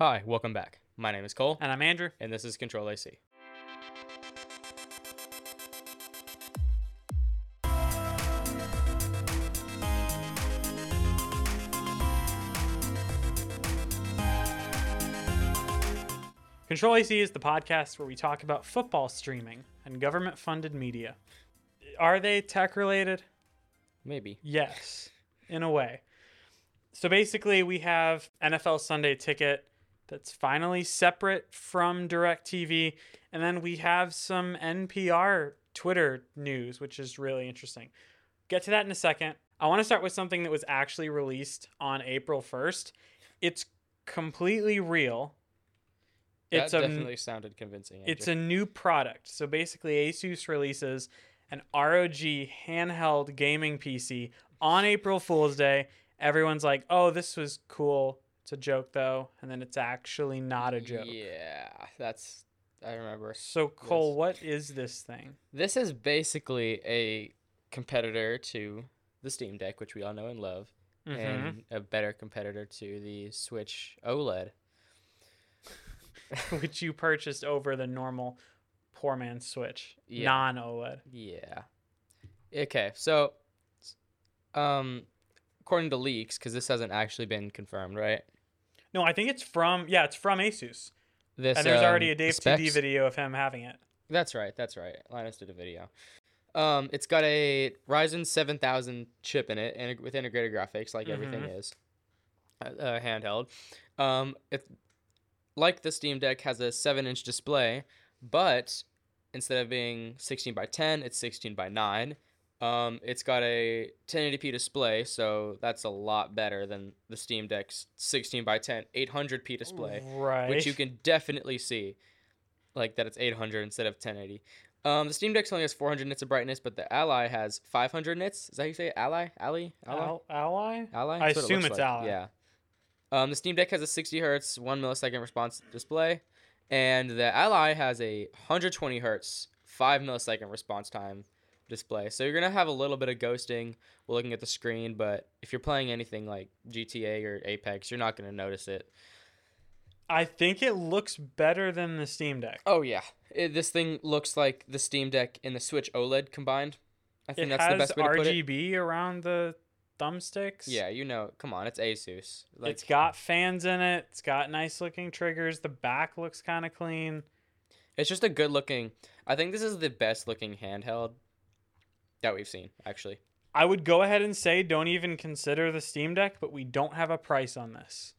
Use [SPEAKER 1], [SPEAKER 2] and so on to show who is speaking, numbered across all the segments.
[SPEAKER 1] Hi, welcome back. My name is Cole,
[SPEAKER 2] And I'm Andrew.
[SPEAKER 1] and this is Control AC.
[SPEAKER 2] Control AC is the podcast where we talk about football streaming and government funded media. Are they tech related?
[SPEAKER 1] Maybe.
[SPEAKER 2] Yes, in a way. So basically, we have NFL Sunday Ticket that's finally separate from DirecTV. And then we have some NPR Twitter news, which is really interesting. Get to that in a second. I want to start with something that was actually released on April 1st. It's completely real.
[SPEAKER 1] That
[SPEAKER 2] It's a
[SPEAKER 1] definitely sounded convincing.
[SPEAKER 2] it's
[SPEAKER 1] Andrew.
[SPEAKER 2] a new product. So basically, Asus releases an ROG handheld gaming PC on April Fool's Day. Everyone's like, oh, this was cool. It's a joke, though. And then it's actually not a joke.
[SPEAKER 1] Yeah, that's. I remember.
[SPEAKER 2] So, Cole, what is this thing?
[SPEAKER 1] This is basically a competitor to the Steam Deck, which we all know and love,
[SPEAKER 2] Mhm.
[SPEAKER 1] and a better competitor to the Switch E OLED.
[SPEAKER 2] Which you purchased over the normal poor man's Switch,
[SPEAKER 1] Yeah.
[SPEAKER 2] non E OLED.
[SPEAKER 1] Yeah. Okay, so, um, according to leaks, because this hasn't actually been confirmed, right?
[SPEAKER 2] No, I think it's from, yeah, it's from Asus.
[SPEAKER 1] This
[SPEAKER 2] And there's already
[SPEAKER 1] um,
[SPEAKER 2] a
[SPEAKER 1] the
[SPEAKER 2] Dave
[SPEAKER 1] specs-
[SPEAKER 2] TV video of him having it.
[SPEAKER 1] That's right. That's right. Linus did a video. Um, it's got a Ryzen 7000 chip in it, and with integrated graphics, like everything is, uh, uh, handheld. Um, it, like the Steam Deck, has a seven-inch display, but instead of being 16 by 10, it's 16 by 9. Um, it's got a 1080p display, so that's a lot better than the Steam Deck's 16 by 10 800p display
[SPEAKER 2] Right.
[SPEAKER 1] which you can definitely see, like that it's 800 instead of 1080. Um, the Steam Deck only has 400 nits of brightness, but the Ally has 500 nits. Is that how you say it? Ally? Ally? Ally?
[SPEAKER 2] Al- Ally?
[SPEAKER 1] Ally?
[SPEAKER 2] I
[SPEAKER 1] That's what it
[SPEAKER 2] assume
[SPEAKER 1] looks
[SPEAKER 2] it's
[SPEAKER 1] like.
[SPEAKER 2] Ally.
[SPEAKER 1] Yeah. Um, the Steam Deck has a 60 hertz, one millisecond response display, and the Ally has a 120 hertz, five millisecond response time display. So you're gonna have a little bit of ghosting while looking at the screen, but if you're playing anything like GTA or Apex, you're not gonna notice it.
[SPEAKER 2] I think it looks better than the Steam Deck.
[SPEAKER 1] Oh yeah, It- this thing looks like the Steam Deck and the Switch OLED combined. I think
[SPEAKER 2] it
[SPEAKER 1] that's
[SPEAKER 2] has
[SPEAKER 1] the best way to put it.
[SPEAKER 2] RGB around the thumbsticks.
[SPEAKER 1] Yeah, you know, come on, it's Asus. Like,
[SPEAKER 2] it's got fans in it. It's got nice looking triggers. The back looks kind of clean.
[SPEAKER 1] it's just a good looking. I think this is the best looking handheld that we've seen, actually.
[SPEAKER 2] I would go ahead and say don't even consider the Steam Deck, but we don't have a price on this.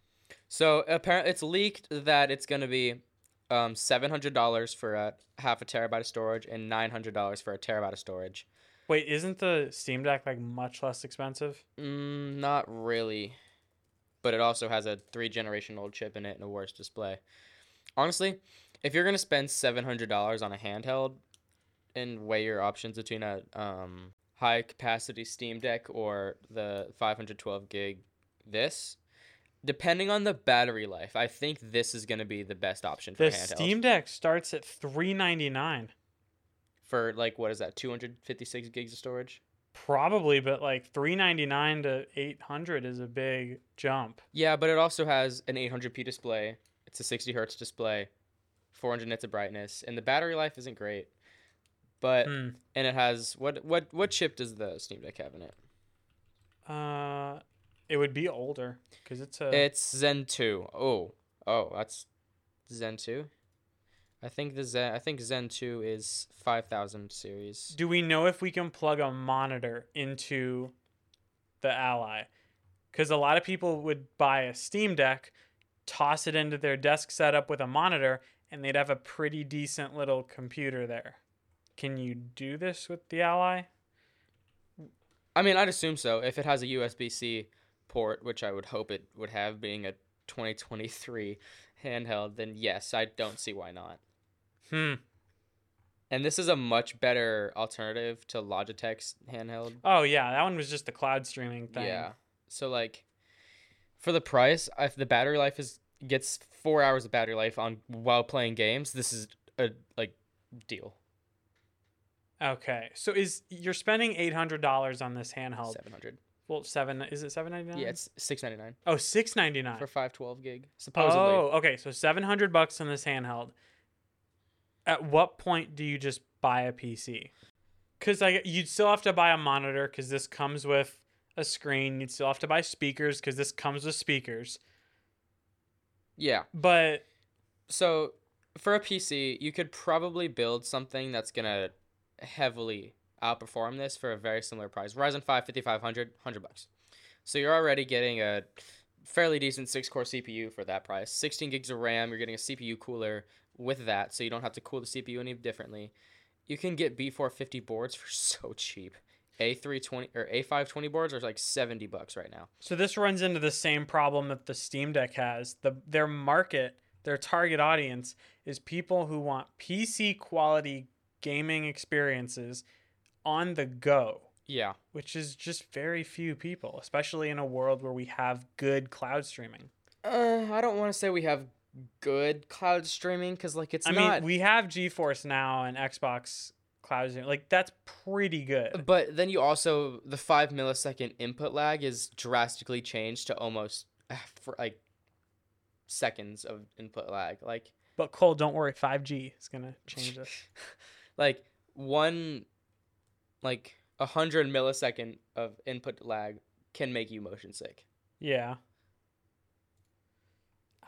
[SPEAKER 1] So apparently, it's leaked that it's gonna be um, seven hundred dollars for a half a terabyte of storage and nine hundred dollars for a terabyte of storage.
[SPEAKER 2] Wait, isn't the Steam Deck like much less expensive?
[SPEAKER 1] Mm, not really. But it also has a three generation old chip in it and a worse display. Honestly, if you're gonna spend seven hundred dollars on a handheld and weigh your options between a um, high capacity Steam Deck or the five hundred twelve gig this, depending on the battery life, I think this is gonna be the best option for
[SPEAKER 2] The
[SPEAKER 1] a handheld.
[SPEAKER 2] Steam Deck starts at 399
[SPEAKER 1] for like what is that, two hundred fifty six gigs of storage?
[SPEAKER 2] probably, but like 399 to 800 is a big jump.
[SPEAKER 1] Yeah, but it also has an 800p display. It's a 60 hertz display, 400 nits of brightness, and the battery life isn't great. But
[SPEAKER 2] Hmm.
[SPEAKER 1] and it has what what what chip does the Steam Deck have in it?
[SPEAKER 2] Uh, it would be older because it's a.
[SPEAKER 1] It's Zen 2. Oh, oh, that's Zen 2. I think the Zen I think Zen 2 is 5000 series.
[SPEAKER 2] Do we know if we can plug a monitor into the Ally? Because a lot of people would buy a Steam Deck, toss it into their desk setup with a monitor, and they'd have a pretty decent little computer there. Can you do this with the Ally?
[SPEAKER 1] I mean, I'd assume so if it has a USB-C port, which I would hope it would have being a 2023 handheld, then yes, I don't see why not.
[SPEAKER 2] Hmm.
[SPEAKER 1] And this is a much better alternative to Logitech's handheld.
[SPEAKER 2] Oh yeah, that one was just the cloud streaming thing.
[SPEAKER 1] Yeah. So like, for the price, if the battery life is gets four hours of battery life on while playing games, this is a like deal.
[SPEAKER 2] Okay. So is you're spending eight hundred dollars on this handheld
[SPEAKER 1] Seven hundred.
[SPEAKER 2] Well, seven is it seven ninety nine?
[SPEAKER 1] Yeah, it's six ninety nine
[SPEAKER 2] Oh, six ninety nine.
[SPEAKER 1] for five twelve gig supposedly.
[SPEAKER 2] Oh, okay. So seven hundred bucks on this handheld. At what point do you just buy a PC? Because I you'd still have to buy a monitor because this comes with a screen. You'd still have to buy speakers because this comes with speakers.
[SPEAKER 1] Yeah.
[SPEAKER 2] But
[SPEAKER 1] So for a PC, you could probably build something that's gonna heavily outperform this for a very similar price. Ryzen 5 5500, 100 bucks. So you're already getting a fairly decent six core CPU for that price. 16 gigs of RAM, you're getting a CPU cooler with that, so you don't have to cool the CPU any differently. You can get B450 boards for so cheap. A320 or A520 boards are like 70 bucks right now.
[SPEAKER 2] So this runs into the same problem that the Steam Deck has. The their market, their target audience is people who want PC quality gaming experiences on the go,
[SPEAKER 1] Yeah.
[SPEAKER 2] which is just very few people, especially in a world where we have good cloud streaming.
[SPEAKER 1] Uh, I don't want to say we have good cloud streaming because like it's
[SPEAKER 2] I
[SPEAKER 1] not
[SPEAKER 2] mean, we have GeForce now and Xbox cloud streaming. Like that's pretty good.
[SPEAKER 1] But then you also the five millisecond input lag is drastically changed to almost ah, for like seconds of input lag. Like
[SPEAKER 2] But Cole, don't worry, 5G is going to change this.
[SPEAKER 1] like one like a hundred millisecond of input lag can make you motion sick.
[SPEAKER 2] Yeah.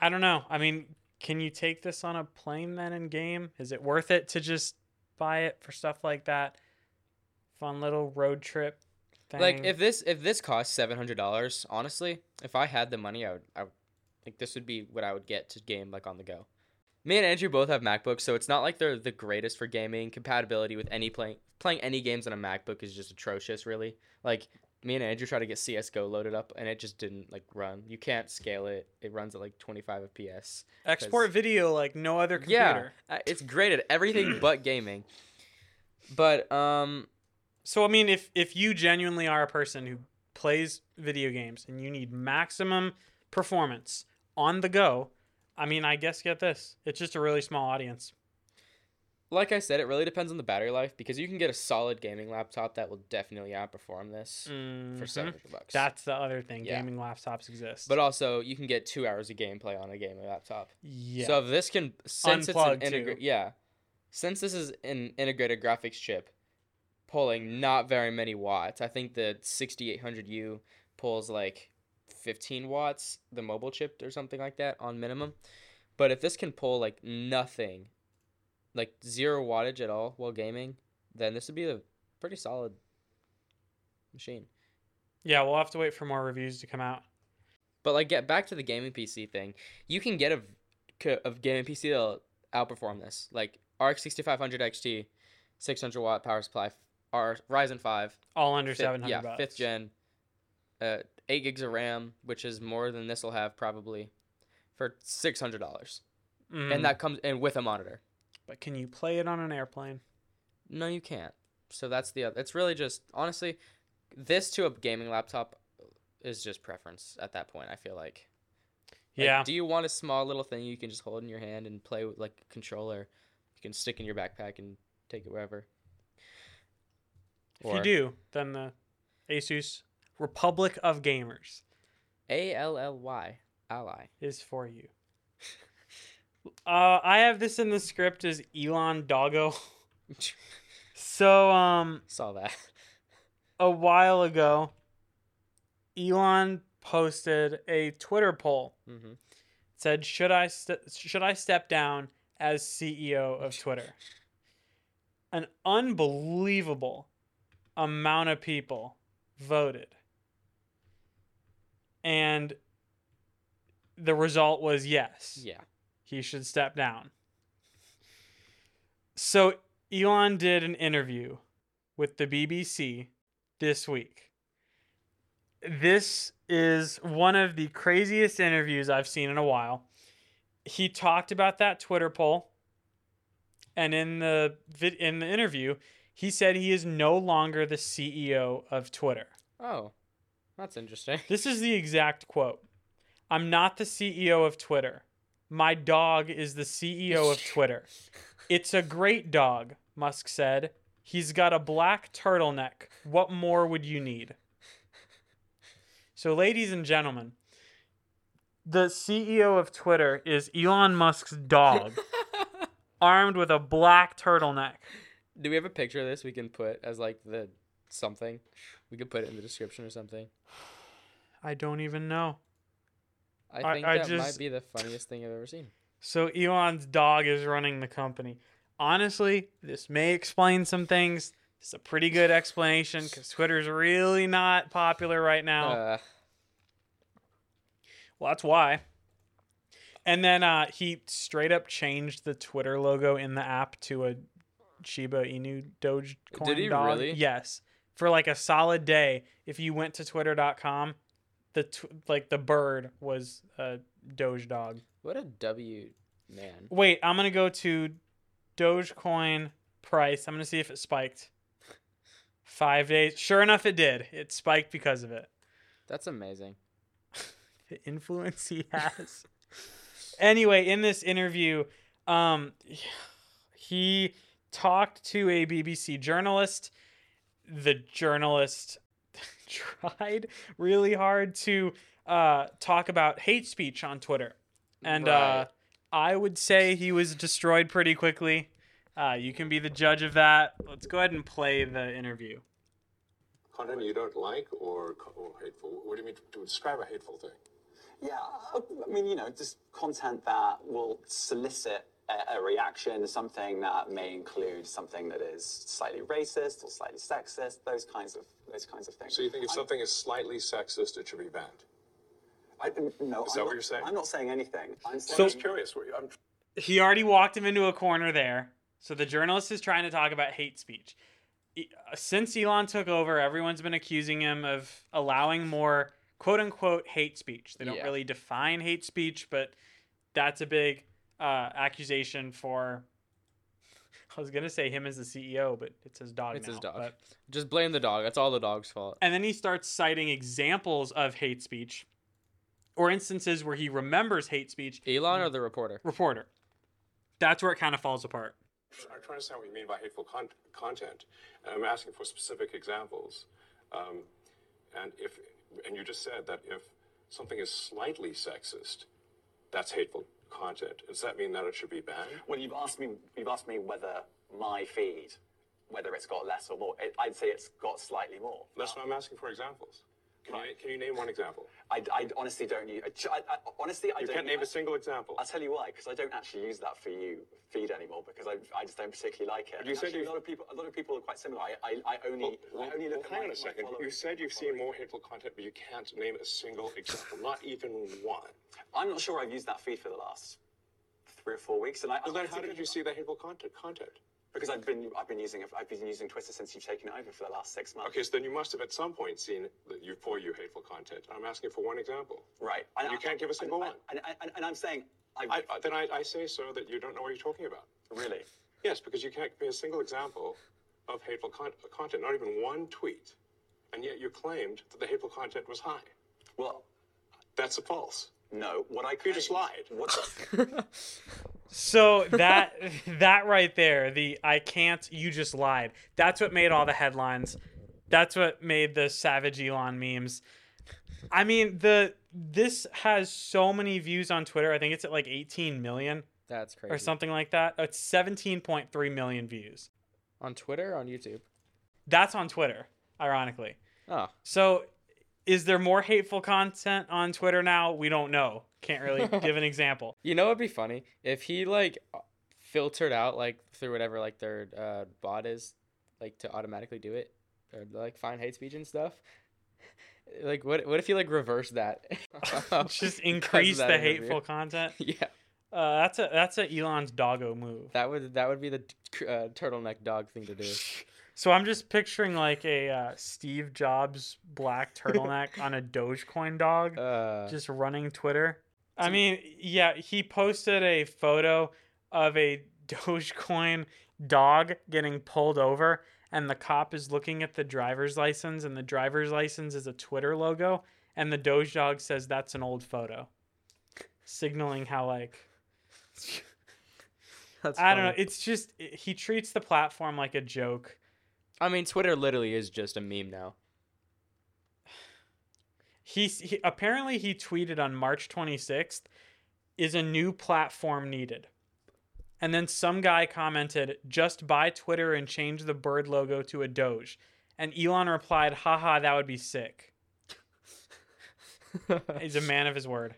[SPEAKER 2] I don't know. I mean, can you take this on a plane then in game? Is it worth it to just buy it for stuff like that? Fun little road trip thing.
[SPEAKER 1] Like if this if this cost seven hundred dollars, honestly, if I had the money, I would I would, like this would be what I would get to game like on the go. Me and Andrew both have MacBooks, so it's not like they're the greatest for gaming. Compatibility with any playing playing any games on a MacBook is just atrocious, really. Like me and Andrew tried to get CS:GO loaded up, and it just didn't like run. You can't scale it; it runs at like 25 FPS.
[SPEAKER 2] export video like no other
[SPEAKER 1] Yeah,
[SPEAKER 2] computer.
[SPEAKER 1] uh, it's great at everything but gaming. But um,
[SPEAKER 2] So I mean, if if you genuinely are a person who plays video games and you need maximum performance on the go, I mean, I guess get this. It's just a really small audience.
[SPEAKER 1] like I said, it really depends on the battery life because you can get a solid gaming laptop that will definitely outperform this for
[SPEAKER 2] Mhm.
[SPEAKER 1] seven hundred bucks.
[SPEAKER 2] That's the other thing.
[SPEAKER 1] Yeah.
[SPEAKER 2] Gaming laptops exist.
[SPEAKER 1] but uh, also you can get two hours of gameplay on a gaming laptop.
[SPEAKER 2] yeah.
[SPEAKER 1] So if this can since
[SPEAKER 2] Unplugged,
[SPEAKER 1] it's an
[SPEAKER 2] too.
[SPEAKER 1] integra- yeah, since this is an integrated graphics chip, pulling not very many watts. I think the sixty eight hundred U pulls like fifteen watts, the mobile chip or something like that on minimum. But if this can pull like nothing, like zero wattage at all while gaming, then this would be a pretty solid machine.
[SPEAKER 2] Yeah, we'll have to wait for more reviews to come out.
[SPEAKER 1] But like, get back to the gaming PC thing. You can get a c- of gaming PC that'll outperform this. Like RX 6500 XT, 600 watt power supply, R Ryzen 5,
[SPEAKER 2] All under
[SPEAKER 1] fifth-
[SPEAKER 2] seven hundred
[SPEAKER 1] yeah,
[SPEAKER 2] bucks.
[SPEAKER 1] fifth gen, uh, eight gigs of RAM, which is more than this will have probably, for six hundred dollars,
[SPEAKER 2] Mm,
[SPEAKER 1] and that comes and with a monitor.
[SPEAKER 2] But can you play it on an airplane?
[SPEAKER 1] No, you can't. So that's the. It's really just honestly, this to a gaming laptop, is just preference at that point. I feel like. Like,
[SPEAKER 2] Yeah.
[SPEAKER 1] do you want a small little thing you can just hold in your hand and play with like a controller? You can stick in your backpack and take it wherever.
[SPEAKER 2] if you do, then the Asus Republic of Gamers
[SPEAKER 1] A L L Y, ally.
[SPEAKER 2] is for you. uh, I have this in the script as Elon Doggo. so um,
[SPEAKER 1] Saw that.
[SPEAKER 2] a while ago, Elon posted a Twitter poll.
[SPEAKER 1] hmm
[SPEAKER 2] said, "Should I st- should I step down as CEO of Twitter?" An unbelievable amount of people voted, and the result was yes,
[SPEAKER 1] Yeah.
[SPEAKER 2] he should step down. So Elon did an interview with the BBC this week. This is one of the craziest interviews I've seen in a while. He talked about that Twitter poll, and in the vid- in the interview, he said he is no longer the CEO of Twitter.
[SPEAKER 1] Oh, that's interesting.
[SPEAKER 2] This is the exact quote. I'm not the CEO of Twitter. My dog is the CEO of Twitter. It's a great dog, Musk said. He's got a black turtleneck. What more would you need? So, ladies and gentlemen, the CEO of Twitter is Elon Musk's dog, armed with a black turtleneck.
[SPEAKER 1] Do we have a picture of this we can put as like the something? We could put it in the description or something.
[SPEAKER 2] I don't even know.
[SPEAKER 1] I
[SPEAKER 2] I-
[SPEAKER 1] think
[SPEAKER 2] I
[SPEAKER 1] that might
[SPEAKER 2] just-
[SPEAKER 1] be the funniest thing I've ever seen.
[SPEAKER 2] So Elon's dog is running the company. Honestly, this may explain some things. It's a pretty good explanation because Twitter's really not popular right now.
[SPEAKER 1] Uh,
[SPEAKER 2] well, that's why. And then uh, he straight up changed the Twitter logo in the app to a Shiba Inu Doge coin
[SPEAKER 1] Did he
[SPEAKER 2] dog.
[SPEAKER 1] really?
[SPEAKER 2] Yes. For like a solid day, if you went to twitter.com, the tw- like the bird was a Doge dog.
[SPEAKER 1] what a W man.
[SPEAKER 2] Wait, I'm gonna go to Dogecoin price. I'm gonna see if it spiked. Five days. Sure enough, it did. It spiked because of it.
[SPEAKER 1] That's amazing.
[SPEAKER 2] The influence he has. anyway, in this interview, um, he talked to a BBC journalist. The journalist tried really hard to uh, talk about hate speech on Twitter. And uh, I would say he was destroyed pretty quickly. Uh, you can be the judge of that. Let's go ahead and play the interview.
[SPEAKER 3] Content you don't like or, or hateful? What do you mean to describe a hateful thing?
[SPEAKER 4] Yeah, I I mean, you know, just content that will solicit a, a reaction, something that may include something that is slightly racist or slightly sexist, those kinds of those kinds of things.
[SPEAKER 3] So you think if something is slightly sexist, it should be banned?
[SPEAKER 4] I, no,
[SPEAKER 3] Is that
[SPEAKER 4] I'm not,
[SPEAKER 3] what you're saying?
[SPEAKER 4] I'm not saying anything. I'm
[SPEAKER 3] I'm
[SPEAKER 4] saying
[SPEAKER 3] just curious. What- I'm
[SPEAKER 2] he already walked him into a corner there. So the journalist is trying to talk about hate speech. E- Since Elon took over, everyone's been accusing him of allowing more quote unquote hate speech. They don't
[SPEAKER 1] Yeah.
[SPEAKER 2] really define hate speech, but that's a big uh, accusation for. I was going to say him as the CEO, but it's his dog.
[SPEAKER 1] It's his
[SPEAKER 2] now,
[SPEAKER 1] dog.
[SPEAKER 2] but-
[SPEAKER 1] Just blame the dog. That's all the dog's fault.
[SPEAKER 2] and then he starts citing examples of hate speech or instances where he remembers hate speech.
[SPEAKER 1] Elon or the reporter?
[SPEAKER 2] Reporter. That's where it kind of falls apart.
[SPEAKER 3] I'm trying to understand what you mean by hateful con- content. And I'm asking for specific examples. Um, and if and you just said that if something is slightly sexist, that's hateful content. Does that mean that it should be banned?
[SPEAKER 4] Well, you've asked me. You've asked me whether my feed, whether it's got less or more. It, I'd say it's got slightly more.
[SPEAKER 3] That's why I'm asking for examples. Can you, can you name one example?
[SPEAKER 4] I, I honestly don't. u- I, I, honestly, I
[SPEAKER 3] You
[SPEAKER 4] don't.
[SPEAKER 3] can't name a single example.
[SPEAKER 4] I'll tell you why, because I don't actually use that for you feed anymore because I, I just don't particularly like it.
[SPEAKER 3] you
[SPEAKER 4] And
[SPEAKER 3] said
[SPEAKER 4] actually,
[SPEAKER 3] you-
[SPEAKER 4] a lot of people a lot of people are quite similar. I, I, I only
[SPEAKER 3] Well, well,
[SPEAKER 4] I only look
[SPEAKER 3] well, hang on
[SPEAKER 4] at my,
[SPEAKER 3] a
[SPEAKER 4] my
[SPEAKER 3] second. You
[SPEAKER 4] followers-
[SPEAKER 3] said
[SPEAKER 4] my
[SPEAKER 3] you've seen
[SPEAKER 4] followers.
[SPEAKER 3] more hateful content, but you can't name a single example, not even one.
[SPEAKER 4] I'm not sure I've used that feed for the last three or four weeks, and I.
[SPEAKER 3] So then,
[SPEAKER 4] I
[SPEAKER 3] how
[SPEAKER 4] honestly
[SPEAKER 3] did
[SPEAKER 4] don't
[SPEAKER 3] you
[SPEAKER 4] know.
[SPEAKER 3] see the hateful content? Content.
[SPEAKER 4] Because I've been I've been using it- I've been using Twitter since you've taken it over for the last six months.
[SPEAKER 3] Okay, so then you must have at some point seen that you for you hateful content. I'm asking for one example.
[SPEAKER 4] Right.
[SPEAKER 3] You can't give a
[SPEAKER 4] and-
[SPEAKER 3] single one.
[SPEAKER 4] And, and, and, and I'm saying I,
[SPEAKER 3] I, I- then I, I say so that you don't know what you're talking about.
[SPEAKER 4] really.
[SPEAKER 3] Yes, because you can't give me a single example of hateful con- content, not even one tweet, and yet you claimed that the hateful content was high.
[SPEAKER 4] Well,
[SPEAKER 3] That's a false.
[SPEAKER 4] no. What I
[SPEAKER 3] You
[SPEAKER 4] could
[SPEAKER 3] just lied.
[SPEAKER 4] What?
[SPEAKER 2] So that that right there, the I can't, you just lied. That's what made all the headlines. That's what made the savage Elon memes. I mean, the this has so many views on Twitter. I think it's at like 18 million
[SPEAKER 1] That's crazy.
[SPEAKER 2] or something like that. It's 17.3 million views.
[SPEAKER 1] On Twitter, or on YouTube.
[SPEAKER 2] That's on Twitter, ironically.
[SPEAKER 1] Oh,
[SPEAKER 2] So, is there more hateful content on Twitter now? We don't know. Can't really give an example.
[SPEAKER 1] you know it'd be funny if he like filtered out like through whatever like their uh, bot is, like to automatically do it or like find hate speech and stuff. Like what? What if he like reversed that? Oh, Because
[SPEAKER 2] Just
[SPEAKER 1] of
[SPEAKER 2] increase
[SPEAKER 1] that
[SPEAKER 2] the
[SPEAKER 1] interview.
[SPEAKER 2] hateful content.
[SPEAKER 1] Yeah,
[SPEAKER 2] Uh, that's a that's a Elon's doggo move.
[SPEAKER 1] that would that would be the uh, turtleneck dog thing to do.
[SPEAKER 2] So I'm just picturing like a uh, Steve Jobs black turtleneck on a Dogecoin dog
[SPEAKER 1] Uh,
[SPEAKER 2] just running Twitter. I mean, yeah, he posted a photo of a Dogecoin dog getting pulled over and the cop is looking at the driver's license and the driver's license is a Twitter logo and the Doge dog says that's an old photo. Signaling how like
[SPEAKER 1] that's
[SPEAKER 2] I don't know,
[SPEAKER 1] funny.
[SPEAKER 2] it's just it- he treats the platform like a joke.
[SPEAKER 1] I mean, Twitter literally is just a meme now.
[SPEAKER 2] He, s- he apparently he tweeted on March 26th, "Is a new platform needed?" And then some guy commented, "Just buy Twitter and change the bird logo to a Doge." And Elon replied, "Haha, that would be sick." He's a man of his word.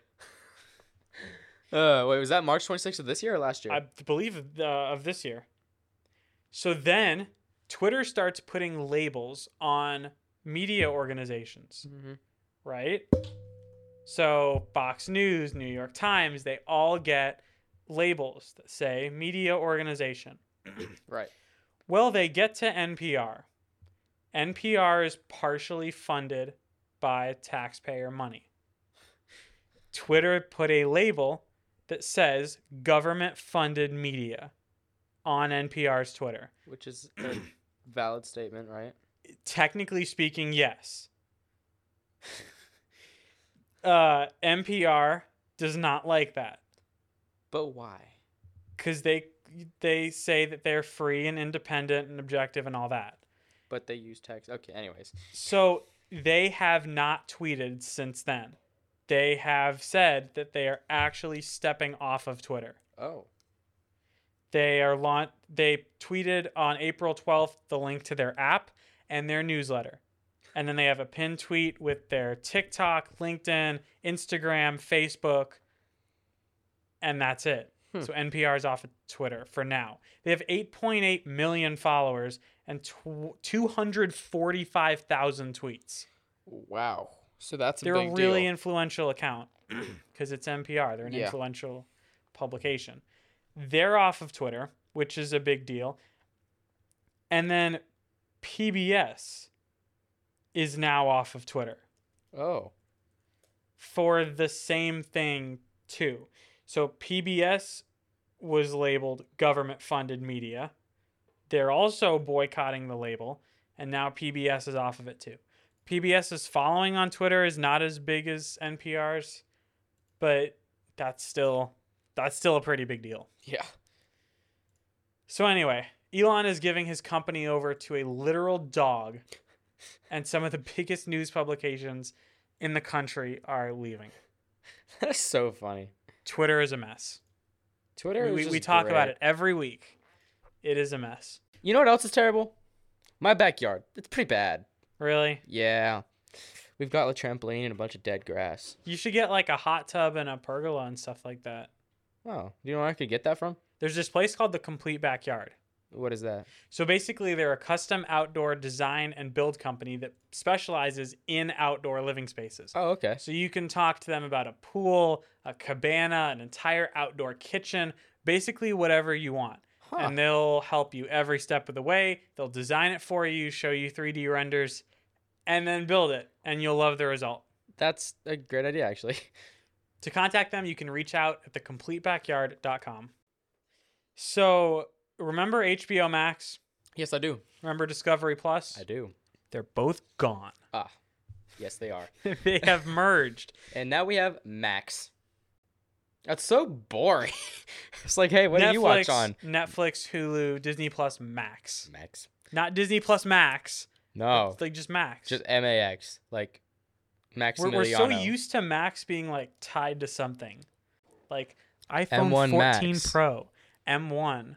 [SPEAKER 1] Uh, wait, was that March 26th of this year or last year?
[SPEAKER 2] I believe uh, of this year. So then Twitter starts putting labels on media organizations,
[SPEAKER 1] Mhm.
[SPEAKER 2] right? So Fox News, New York Times, they all get labels that say media organization.
[SPEAKER 1] Right.
[SPEAKER 2] Well, they get to NPR. NPR is partially funded by taxpayer money. Twitter put a label that says government funded media on NPR's Twitter.
[SPEAKER 1] Which is a valid statement, right?
[SPEAKER 2] Technically speaking, yes. uh, NPR does not like that
[SPEAKER 1] But why?
[SPEAKER 2] because they they say that they're free and independent and objective and all that.
[SPEAKER 1] But they use text. Okay, anyways.
[SPEAKER 2] So they have not tweeted since then. They have said that they are actually stepping off of Twitter.
[SPEAKER 1] Oh.
[SPEAKER 2] They are launch. They tweeted on April 12th the link to their app and their newsletter, and then they have a pinned tweet with their TikTok, LinkedIn, Instagram, Facebook, and that's it. So NPR is off of Twitter for now. They have 8.8 million followers and tw- 245,000 tweets.
[SPEAKER 1] Wow. So that's a
[SPEAKER 2] They're a
[SPEAKER 1] big
[SPEAKER 2] really
[SPEAKER 1] deal.
[SPEAKER 2] influential account because it's NPR. They're an
[SPEAKER 1] Yeah.
[SPEAKER 2] influential publication. They're off of Twitter, which is a big deal. And then PBS is now off of Twitter
[SPEAKER 1] oh.
[SPEAKER 2] for the same thing too. So PBS was labeled government funded media. They're also boycotting the label and now PBS is off of it too. PBS's following on Twitter is not as big as NPR's, but that's still that's still a pretty big deal.
[SPEAKER 1] Yeah.
[SPEAKER 2] So anyway, Elon is giving his company over to a literal dog and some of the biggest news publications in the country are leaving.
[SPEAKER 1] That's so funny.
[SPEAKER 2] Twitter is a mess.
[SPEAKER 1] Twitter
[SPEAKER 2] We,
[SPEAKER 1] is
[SPEAKER 2] we, we
[SPEAKER 1] just
[SPEAKER 2] talk about
[SPEAKER 1] great.
[SPEAKER 2] it every week. It is a mess.
[SPEAKER 1] You know what else is terrible? My backyard. It's pretty bad.
[SPEAKER 2] Really?
[SPEAKER 1] Yeah. We've got a trampoline and a bunch of dead grass.
[SPEAKER 2] You should get like a hot tub and a pergola and stuff like that.
[SPEAKER 1] Oh, do you know where I could get that from?
[SPEAKER 2] There's this place called the Complete Backyard.
[SPEAKER 1] What is that?
[SPEAKER 2] So basically, they're a custom outdoor design and build company that specializes in outdoor living spaces.
[SPEAKER 1] Oh, okay.
[SPEAKER 2] So you can talk to them about a pool, a cabana, an entire outdoor kitchen, basically whatever you want.
[SPEAKER 1] Huh.
[SPEAKER 2] And they'll help you every step of the way. They'll design it for you, show you 3D renders, and then build it, and you'll love the result.
[SPEAKER 1] That's a great idea, actually.
[SPEAKER 2] To contact them, you can reach out at thecompletebackyard.com. So remember HBO Max?
[SPEAKER 1] Yes, I do.
[SPEAKER 2] Remember Discovery Plus?
[SPEAKER 1] I do.
[SPEAKER 2] They're both gone.
[SPEAKER 1] Ah, yes, they are.
[SPEAKER 2] they have merged.
[SPEAKER 1] And now we have Max. That's so boring. it's like, hey, what do you watch on
[SPEAKER 2] Netflix, Hulu, Disney Plus, Max.
[SPEAKER 1] Max?
[SPEAKER 2] Not Disney Plus Max.
[SPEAKER 1] No,
[SPEAKER 2] It's like just Max.
[SPEAKER 1] Oh. just M A X, like
[SPEAKER 2] we're,
[SPEAKER 1] Maximiliano.
[SPEAKER 2] we're so used to Max being like tied to something, like iPhone
[SPEAKER 1] M1
[SPEAKER 2] 14
[SPEAKER 1] Max.
[SPEAKER 2] Pro, M1,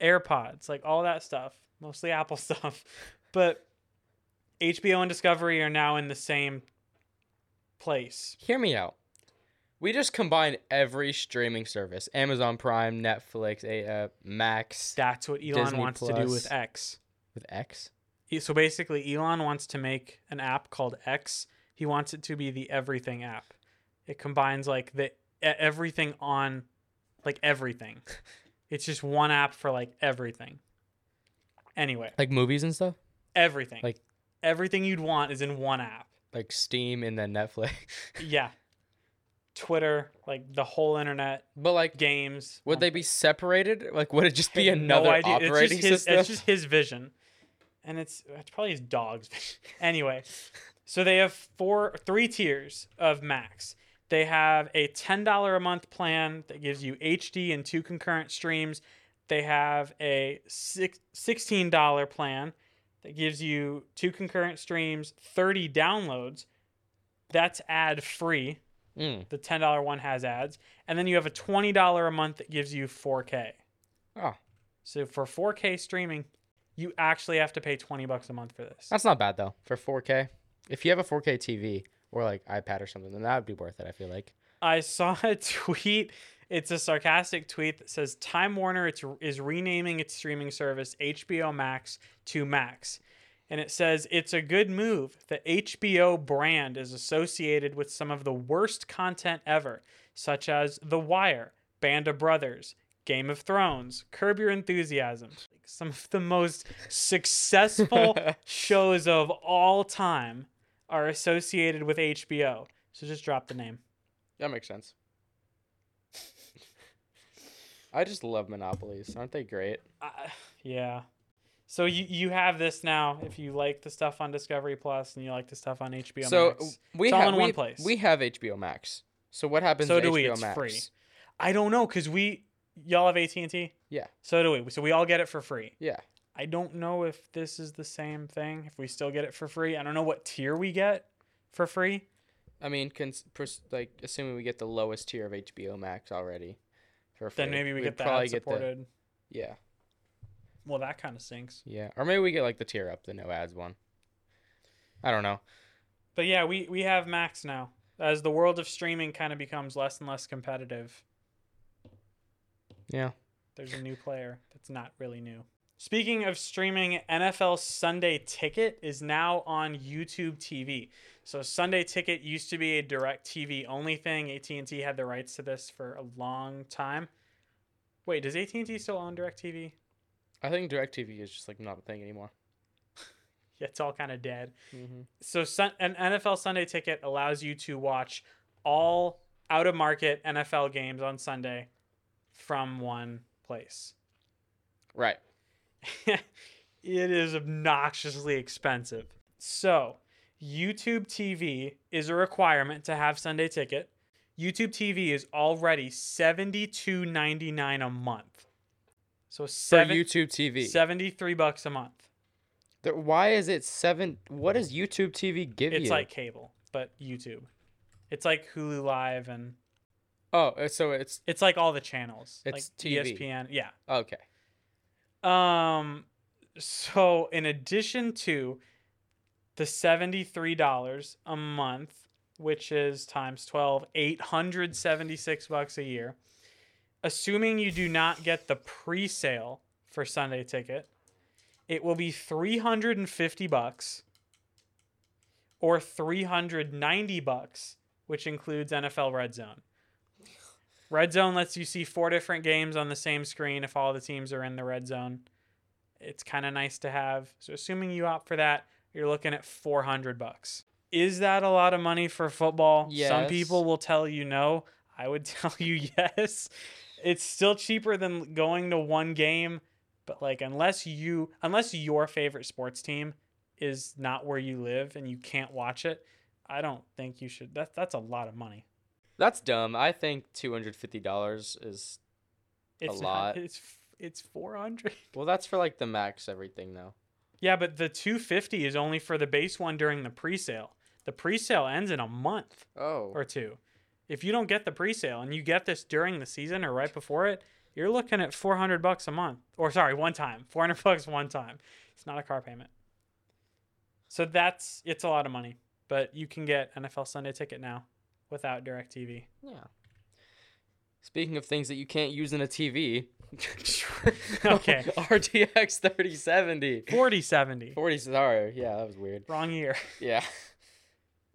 [SPEAKER 2] AirPods, like all that stuff. Mostly Apple stuff, but HBO and Discovery are now in the same place.
[SPEAKER 1] Hear me out. We just combined every streaming service: Amazon Prime, Netflix, a uh, Max
[SPEAKER 2] That's what Elon
[SPEAKER 1] Disney
[SPEAKER 2] wants to do
[SPEAKER 1] Plus.
[SPEAKER 2] with X.
[SPEAKER 1] with X.
[SPEAKER 2] He- E, So basically, Elon wants to make an app called X. He wants it to be the everything app. It combines like the e- everything on, like everything. It's just one app for like everything. Anyway,
[SPEAKER 1] Like movies and stuff,
[SPEAKER 2] everything.
[SPEAKER 1] Like-
[SPEAKER 2] everything you'd want is in one app.
[SPEAKER 1] like Steam and then Netflix.
[SPEAKER 2] Yeah. Twitter, like the whole internet,
[SPEAKER 1] but like,
[SPEAKER 2] games.
[SPEAKER 1] would they be separated? Like, would it just be
[SPEAKER 2] I have no
[SPEAKER 1] another
[SPEAKER 2] idea. It's just
[SPEAKER 1] operating
[SPEAKER 2] his-
[SPEAKER 1] system?
[SPEAKER 2] It's just his vision, and it's it's probably his dog's vision. anyway, so they have four, three tiers of Max. They have a ten dollar a month plan that gives you HD and two concurrent streams. They have a six, sixteen dollar plan that gives you two concurrent streams, thirty downloads, That's ad free.
[SPEAKER 1] Mm.
[SPEAKER 2] The $10 one has ads. And then you have a $20 a month that gives you 4K.
[SPEAKER 1] Oh,
[SPEAKER 2] So for 4K streaming, you actually have to pay 20 bucks a month for this.
[SPEAKER 1] that's not bad though for 4K. If you have a 4K TV or like iPad or something, then that would be worth it. I feel like.
[SPEAKER 2] I saw a tweet. It's a sarcastic tweet that says Time Warner it's, is renaming its streaming service HBO Max to Max. And it says it's a good move. The HBO brand is associated with some of the worst content ever, such as The Wire, Band of Brothers, Game of Thrones, Curb Your Enthusiasm, some of the most successful shows of all time are associated with HBO. So just drop the name.
[SPEAKER 1] That makes sense. I just love monopolies. Aren't they great?
[SPEAKER 2] I- yeah. So you you have this now. If you like the stuff on Discovery Plus and you like the stuff on HBO
[SPEAKER 1] so
[SPEAKER 2] Max,
[SPEAKER 1] we
[SPEAKER 2] it's all
[SPEAKER 1] have
[SPEAKER 2] in
[SPEAKER 1] we,
[SPEAKER 2] one place.
[SPEAKER 1] we have HBO Max. So what happens?
[SPEAKER 2] so
[SPEAKER 1] to
[SPEAKER 2] do
[SPEAKER 1] HBO
[SPEAKER 2] we. It's
[SPEAKER 1] Max?
[SPEAKER 2] free. I don't know because we y'all have AT and T.
[SPEAKER 1] Yeah.
[SPEAKER 2] So do we. So we all get it for free.
[SPEAKER 1] Yeah.
[SPEAKER 2] I don't know if this is the same thing. If we still get it for free, I don't know what tier we get for free.
[SPEAKER 1] I mean, cons- pers- like assuming we get the lowest tier of HBO Max already, for free,
[SPEAKER 2] Then maybe we
[SPEAKER 1] we'd
[SPEAKER 2] get the
[SPEAKER 1] probably
[SPEAKER 2] ad
[SPEAKER 1] get the-
[SPEAKER 2] supported.
[SPEAKER 1] yeah,
[SPEAKER 2] Well, that kind of stinks.
[SPEAKER 1] yeah, or maybe we get like the tier up, the no ads one. I don't know.
[SPEAKER 2] But yeah, we we have Max now. As the world of streaming kind of becomes less and less competitive,
[SPEAKER 1] Yeah.
[SPEAKER 2] There's a new player that's not really new. Speaking of streaming, NFL Sunday Ticket is now on YouTube TV. So Sunday Ticket used to be a direct TV only thing. AT&T had the rights to this for a long time. Wait, does AT&T still own direct TV?
[SPEAKER 1] I think DirecTV is just like not a thing anymore.
[SPEAKER 2] Yeah, it's all kind of dead.
[SPEAKER 1] Mm-hmm.
[SPEAKER 2] so sun- an NFL Sunday ticket allows you to watch all out of market NFL games on Sunday from one place.
[SPEAKER 1] Right.
[SPEAKER 2] it is obnoxiously expensive. So, YouTube TV is a requirement to have Sunday ticket. YouTube TV is already $72.99 a month. So
[SPEAKER 1] For
[SPEAKER 2] seven,
[SPEAKER 1] YouTube TV.
[SPEAKER 2] 73 bucks a month.
[SPEAKER 1] Th- Why is it seven? What does YouTube TV give you?
[SPEAKER 2] It's like cable, but YouTube. It's like Hulu Live and
[SPEAKER 1] oh, uh, so it's
[SPEAKER 2] It's like all the channels.
[SPEAKER 1] It's
[SPEAKER 2] like E
[SPEAKER 1] TV.
[SPEAKER 2] ESPN. Yeah.
[SPEAKER 1] okay.
[SPEAKER 2] Um so in addition to the $73 a month, which is times 12, 876 bucks a year. Assuming you do not get the pre-sale for Sunday ticket, it will be 350 bucks or 390 bucks, which includes NFL Red Zone. Red Zone lets you see four different games on the same screen if all the teams are in the red zone. It's kind of nice to have. So assuming you opt for that, you're looking at 400 bucks. Is that a lot of money for football? Some
[SPEAKER 1] Yes.
[SPEAKER 2] people will tell you no. I would tell you yes. It's still cheaper than going to one game, but like unless you unless your favorite sports team is not where you live and you can't watch it, I don't think you should. That that's a lot of money.
[SPEAKER 1] That's dumb. I think two hundred fifty dollars is
[SPEAKER 2] It's
[SPEAKER 1] lot.
[SPEAKER 2] Not, it's it's 400.
[SPEAKER 1] well. That's for like the max everything though.
[SPEAKER 2] Yeah, but the 250 is only for the base one during the pre-sale. The pre-sale ends in a month
[SPEAKER 1] Oh,
[SPEAKER 2] or two. If you don't get the pre-sale and you get this during the season or right before it, you're looking at 400 bucks a month. Or sorry, one time. 400 bucks one time. It's not a car payment. So that's it's a lot of money, but you can get NFL Sunday ticket now without DirecTV.
[SPEAKER 1] yeah. Speaking of things that you can't use in a TV,
[SPEAKER 2] Okay.
[SPEAKER 1] RTX 3070.
[SPEAKER 2] 4070.
[SPEAKER 1] 40, sorry. Yeah, that was weird.
[SPEAKER 2] Wrong year.
[SPEAKER 1] Yeah.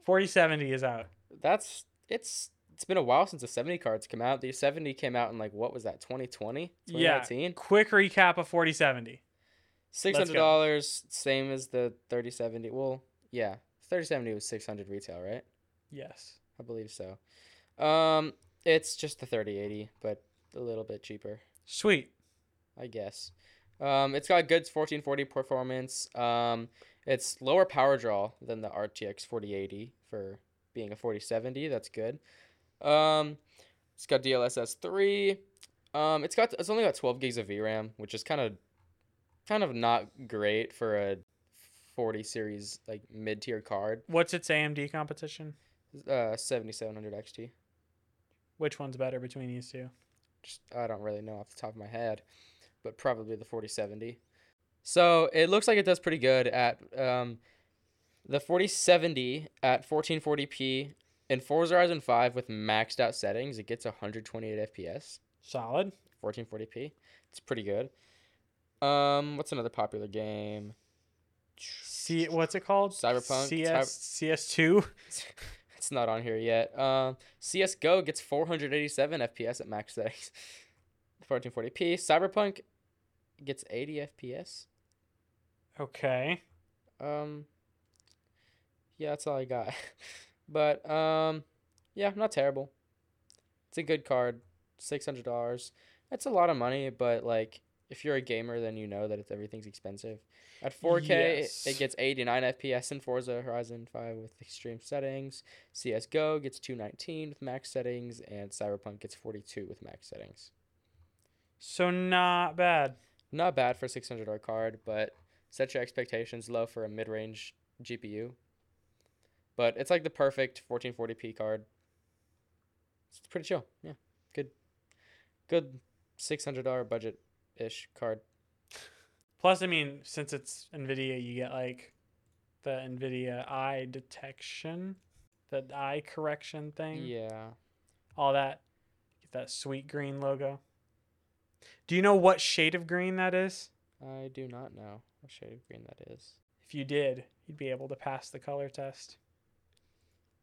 [SPEAKER 2] 4070 is out.
[SPEAKER 1] That's it's it's been a while since the 70 cards come out. The 70 came out in like what was that? 2020?
[SPEAKER 2] Yeah.
[SPEAKER 1] 2019?
[SPEAKER 2] Quick recap of 4070.
[SPEAKER 1] $600 same as the 3070. Well, yeah. 3070 was 600 retail, right?
[SPEAKER 2] Yes.
[SPEAKER 1] I believe so. Um it's just the 3080, but a little bit cheaper.
[SPEAKER 2] Sweet.
[SPEAKER 1] I guess. Um, it's got good 1440 performance. Um, it's lower power draw than the RTX 4080 for being a 4070. That's good. Um, it's got DLSS 3. Um, it's got it's only got 12 gigs of VRAM, which is kind of kind of not great for a 40 series like mid-tier card.
[SPEAKER 2] What's its AMD competition?
[SPEAKER 1] uh, 7700 XT.
[SPEAKER 2] Which one's better between these two?
[SPEAKER 1] Just, I don't really know off the top of my head, but probably the 4070. So it looks like it does pretty good at um, the 4070 at 1440p in Forza Horizon 5 with maxed out settings. It gets 128 FPS,
[SPEAKER 2] Solid.
[SPEAKER 1] 1440p. It's pretty good. Um, what's another popular game?
[SPEAKER 2] C what's it called?
[SPEAKER 1] Cyberpunk,
[SPEAKER 2] CS CS2.
[SPEAKER 1] It's not on here yet. Um, CS:GO gets 487 FPS at max settings, 1440p. Cyberpunk gets 80 FPS.
[SPEAKER 2] Okay.
[SPEAKER 1] Um, yeah, that's all I got. but um, yeah, not terrible. It's a good card. Six hundred dollars. That's a lot of money, but like, if you're a gamer, then you know that it's, everything's expensive. At four K, it,
[SPEAKER 2] Yes.
[SPEAKER 1] it gets eighty nine FPS in Forza Horizon Five with extreme settings. CS:GO gets two nineteen with max settings, and Cyberpunk gets forty two with max settings.
[SPEAKER 2] So not bad.
[SPEAKER 1] Not bad for a six hundred dollar card, but set your expectations low for a mid range GPU. But it's like the perfect fourteen forty p card. It's pretty chill. Yeah, good, good six hundred dollar budget ish card.
[SPEAKER 2] Plus, I mean, since it's NVIDIA, you get like the NVIDIA eye detection, the eye correction thing,
[SPEAKER 1] Yeah.
[SPEAKER 2] all that. Get that sweet green logo. Do you know what shade of green that is?
[SPEAKER 1] I do not know what shade of green that is.
[SPEAKER 2] If you did, you'd be able to pass the color test.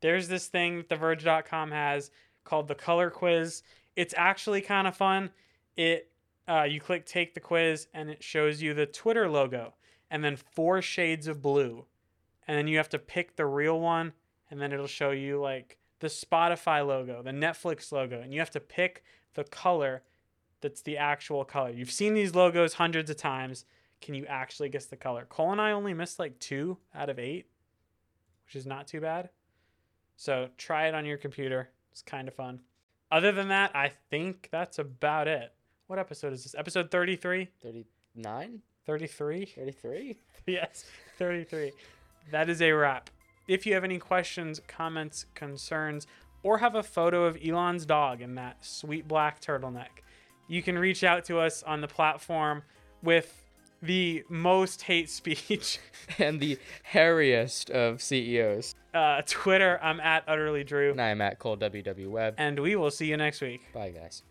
[SPEAKER 2] There's this thing that TheVerge.com has called the color quiz. It's actually kind of fun. It uh, you click take the quiz and it shows you the Twitter logo and then four shades of blue, and then you have to pick the real one, and then it'll show you like the Spotify logo, the Netflix logo, and you have to pick the color that's the actual color. You've seen these logos hundreds of times can you actually guess the color? Cole and I only missed like two out of eight, which is not too bad. So try it on your computer. It's kind of fun. Other than that, I think that's about it. What episode is this? Episode 33?
[SPEAKER 1] 39?
[SPEAKER 2] 33?
[SPEAKER 1] 33?
[SPEAKER 2] yes, 33. That is a wrap. If you have any questions, comments, concerns, or have a photo of Elon's dog in that sweet black turtleneck, you can reach out to us on the platform with the most hate speech.
[SPEAKER 1] and the hairiest of E CEOs.
[SPEAKER 2] Uh, Twitter, I'm at utterly Drew,
[SPEAKER 1] And I am at Cole WW Web.
[SPEAKER 2] and we will see you next week.
[SPEAKER 1] Bye, guys.